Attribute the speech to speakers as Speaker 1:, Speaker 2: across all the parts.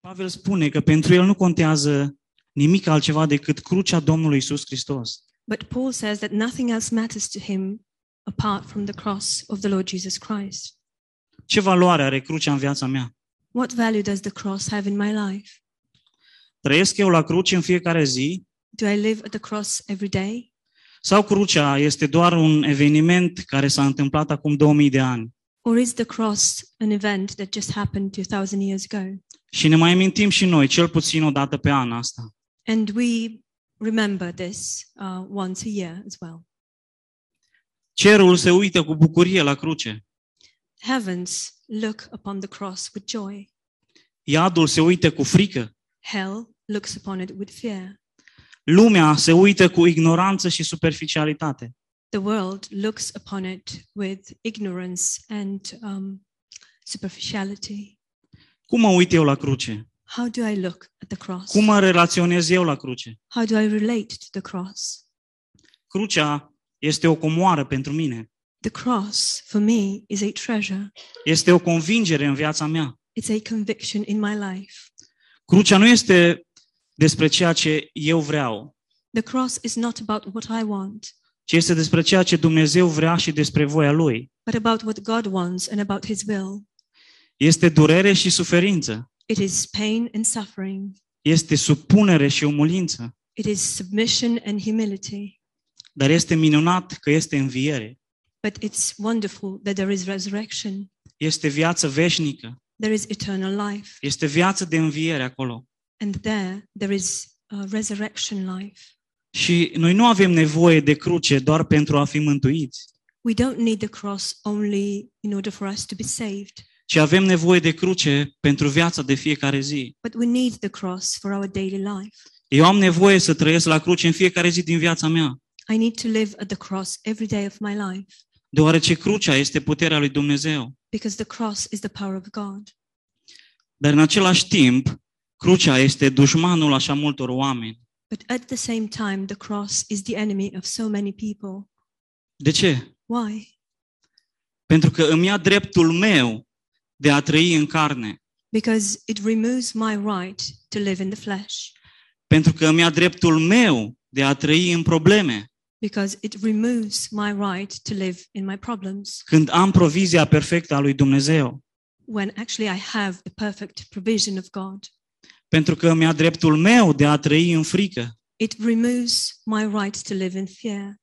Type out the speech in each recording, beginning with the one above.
Speaker 1: Pavel spune că pentru el nu contează nimic altceva decât crucea Domnului Isus Hristos.
Speaker 2: But Paul says that nothing else matters to him apart from the cross of the Lord Jesus Christ.
Speaker 1: Ce valoare are crucea în viața mea?
Speaker 2: What value does the cross have in my life?
Speaker 1: Trăiesc eu la cruce în fiecare zi
Speaker 2: Do I live at the cross every day?
Speaker 1: sau crucea este doar un eveniment care s-a întâmplat acum 2000 de ani?
Speaker 2: Or is the cross an event that just happened 2,000 years ago?
Speaker 1: Și ne mai amintim și noi, cel puțin o dată pe an asta.
Speaker 2: And we remember this uh, once a year as well.
Speaker 1: Cerul se uită cu bucurie la cruce.
Speaker 2: Heavens look upon the cross with joy,
Speaker 1: Iadul se uită cu frică.
Speaker 2: hell looks upon it with fear,
Speaker 1: Lumea se uită cu ignoranță și superficialitate.
Speaker 2: the world looks upon it with ignorance and um, superficiality.
Speaker 1: Cum mă uit eu la cruce?
Speaker 2: How do I look at the cross?
Speaker 1: Cum mă relaționez eu la cruce?
Speaker 2: How do I relate to the cross?
Speaker 1: Crucea este o comoară pentru mine.
Speaker 2: The cross for me is a treasure,
Speaker 1: Este o convingere în viața mea.
Speaker 2: it's a conviction in my life.
Speaker 1: Crucea nu este despre ceea ce eu vreau,
Speaker 2: The cross is not about what I want,
Speaker 1: ci este despre ceea ce Dumnezeu vrea și despre voia Lui.
Speaker 2: but about what God wants and about His will.
Speaker 1: Este durere și suferință.
Speaker 2: It is pain and suffering.
Speaker 1: Este supunere și omulință.
Speaker 2: It is submission and humility.
Speaker 1: Dar este minunat că este înviere.
Speaker 2: But it's wonderful that there is resurrection.
Speaker 1: Este viață veșnică.
Speaker 2: There is eternal life.
Speaker 1: Este viață de înviere acolo.
Speaker 2: And there, there is uh, resurrection life.
Speaker 1: Și noi nu avem nevoie de cruce doar pentru a fi mântuiți,
Speaker 2: We don't need the cross only in order for us to be saved,
Speaker 1: ci avem nevoie de cruce pentru viața de fiecare zi.
Speaker 2: but we need the cross for our daily life.
Speaker 1: Eu am nevoie să trăiesc la cruce în fiecare zi din viața mea,
Speaker 2: I need to live at the cross every day of my life
Speaker 1: deoarece crucea este puterea lui Dumnezeu.
Speaker 2: because the cross is the power of God.
Speaker 1: Dar în același timp, crucea este dușmanul așa multor oameni.
Speaker 2: But at the same time, the cross is the enemy of so many people.
Speaker 1: De ce?
Speaker 2: Why?
Speaker 1: Pentru că îmi ia dreptul meu de a trăi în carne,
Speaker 2: Because it removes my right to live in the flesh.
Speaker 1: pentru că îmi ia dreptul meu de a trăi în probleme,
Speaker 2: because it removes my right to live in my problems
Speaker 1: când am provizia perfectă a lui Dumnezeu,
Speaker 2: when actually I have the perfect provision of God.
Speaker 1: pentru că îmi ia dreptul meu de a trăi în frică,
Speaker 2: It removes my right to live in fear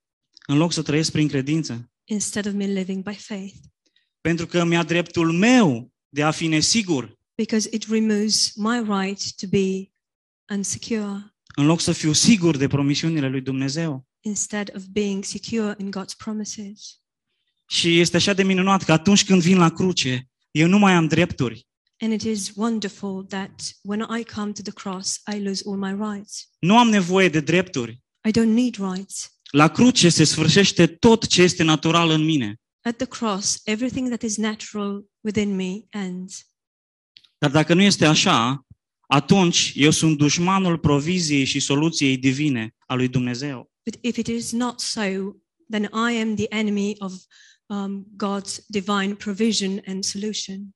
Speaker 1: în loc să trăiesc prin credință,
Speaker 2: instead of me living by faith,
Speaker 1: pentru că îmi ia dreptul meu de a fi nesigur,
Speaker 2: because it removes my right to be unsecure
Speaker 1: în loc să fiu sigur de promisiunile lui Dumnezeu.
Speaker 2: instead of being secure in God's promises.
Speaker 1: Și este așa de minunat că atunci când vin la cruce, eu nu mai am drepturi,
Speaker 2: And it is wonderful that when I come to the cross, I lose all my rights.
Speaker 1: nu am nevoie de drepturi.
Speaker 2: I don't need rights.
Speaker 1: La cruce se sfârșește tot ce este natural în mine.
Speaker 2: At the cross, everything that is natural within me ends.
Speaker 1: Dar dacă nu este așa, atunci eu sunt dușmanul proviziei și soluției divine a lui Dumnezeu.
Speaker 2: But if it is not so, then I am the enemy of um, God's divine provision and solution.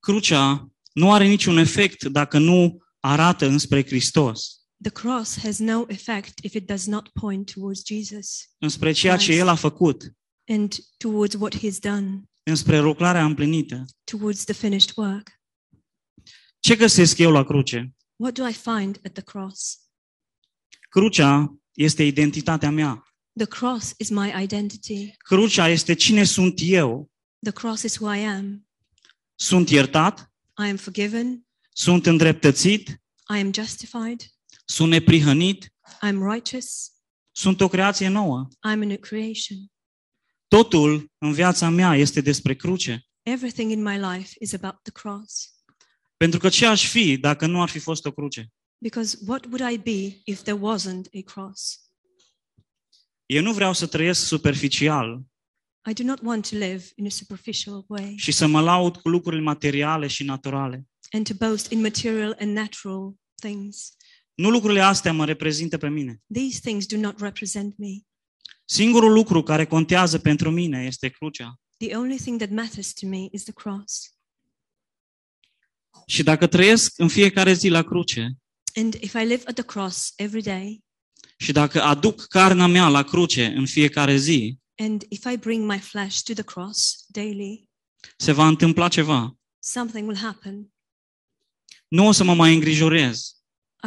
Speaker 1: Crucea nu are niciun efect dacă nu arată înspre Hristos,
Speaker 2: The cross has no effect if it does not point towards Jesus
Speaker 1: înspre ceea ce El a făcut,
Speaker 2: and towards what he's done,
Speaker 1: înspre roclarea împlinită.
Speaker 2: towards the finished work.
Speaker 1: Ce găsesc eu la cruce?
Speaker 2: What do I find at the cross?
Speaker 1: Crucea este identitatea mea.
Speaker 2: The cross is my identity.
Speaker 1: Crucea este cine sunt eu.
Speaker 2: The cross is who I am.
Speaker 1: Sunt iertat,
Speaker 2: I am forgiven.
Speaker 1: sunt îndreptățit,
Speaker 2: I am justified.
Speaker 1: sunt neprihănit,
Speaker 2: I am righteous.
Speaker 1: sunt o creație nouă.
Speaker 2: I am a new creation.
Speaker 1: Totul în viața mea este despre cruce.
Speaker 2: Everything in my life is about the cross.
Speaker 1: Pentru că ce aș fi dacă nu ar fi fost o cruce?
Speaker 2: Because what would I be if there wasn't a cross?
Speaker 1: Eu nu vreau să trăiesc superficial
Speaker 2: I do not want to live in a superficial way
Speaker 1: și să mă laud cu lucruri materiale și naturale.
Speaker 2: and to boast in material and natural things.
Speaker 1: Nu lucrurile astea mă reprezintă pe mine.
Speaker 2: These things do not represent me.
Speaker 1: Singurul lucru care contează pentru mine este crucea.
Speaker 2: The only thing that matters to me is the cross.
Speaker 1: Și dacă trăiesc în fiecare zi la cruce
Speaker 2: And if I live at the cross every day,
Speaker 1: și dacă aduc carnea mea la cruce în fiecare zi,
Speaker 2: and if I bring my flesh to the cross daily,
Speaker 1: se va întâmpla ceva.
Speaker 2: something will happen.
Speaker 1: Nu o să mă mai îngrijorez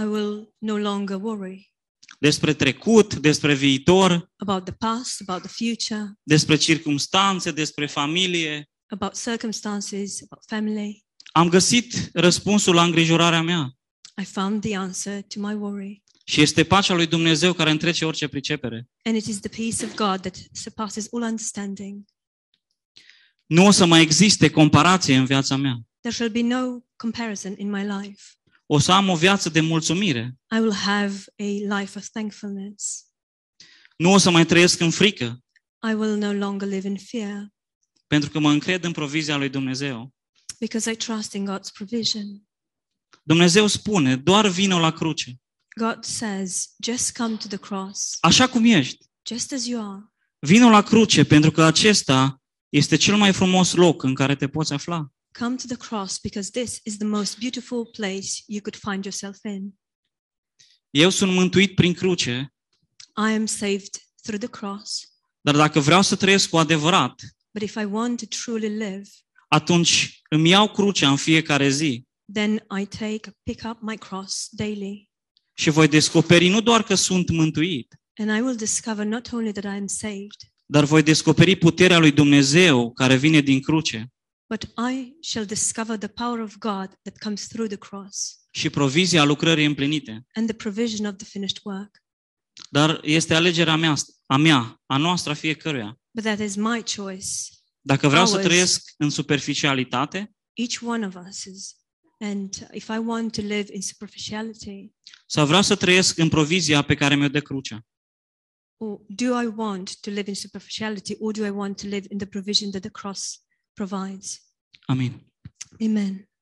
Speaker 2: I will no longer worry
Speaker 1: despre trecut, despre viitor,
Speaker 2: about the past, about the future,
Speaker 1: despre circumstanțe, despre familie.
Speaker 2: about circumstances, about family.
Speaker 1: Am găsit răspunsul la îngrijorarea mea
Speaker 2: I found the answer to my worry.
Speaker 1: și este pacea lui Dumnezeu care întrece orice pricepere.
Speaker 2: And it is the peace of God that surpasses all understanding.
Speaker 1: Nu o să mai existe comparație în viața mea.
Speaker 2: There shall be no comparison in my life.
Speaker 1: O să am o viață de mulțumire.
Speaker 2: I will have a life of thankfulness.
Speaker 1: Nu o să mai trăiesc în frică,
Speaker 2: I will no longer live in fear
Speaker 1: pentru că mă încred în provizia lui Dumnezeu.
Speaker 2: because I trust in God's provision.
Speaker 1: Dumnezeu spune, doar vino la cruce,
Speaker 2: God says, just come to the cross,
Speaker 1: așa cum ești.
Speaker 2: just as you are.
Speaker 1: Vino la cruce, pentru că acesta este cel mai frumos loc în care te poți afla.
Speaker 2: Come to the cross because this is the most beautiful place you could find yourself in.
Speaker 1: Eu sunt mântuit prin cruce,
Speaker 2: I am saved through the cross,
Speaker 1: dar dacă vreau să trăiesc cu adevărat,
Speaker 2: but if I want to truly live,
Speaker 1: atunci îmi iau crucea în fiecare zi
Speaker 2: then I take, pick up my cross daily,
Speaker 1: și voi descoperi nu doar că sunt mântuit,
Speaker 2: and I will discover not only that I am saved,
Speaker 1: dar voi descoperi puterea lui Dumnezeu care vine din cruce
Speaker 2: but I shall discover the power of God that comes through the cross
Speaker 1: și provizia lucrării împlinite.
Speaker 2: and the provision of the finished work.
Speaker 1: Dar este alegerea mea, a mea, a noastră, a fiecăruia.
Speaker 2: But that is my choice.
Speaker 1: Dacă vreau să
Speaker 2: Ours.
Speaker 1: trăiesc în superficialitate,
Speaker 2: Each one of us is. And if I want to live in superficiality,
Speaker 1: Sau vreau să trăiesc în provizia pe care mi-o dă crucea?
Speaker 2: or do I want to live in superficiality or do I want to live in the provision that the cross provides?
Speaker 1: Amin.
Speaker 2: Amen.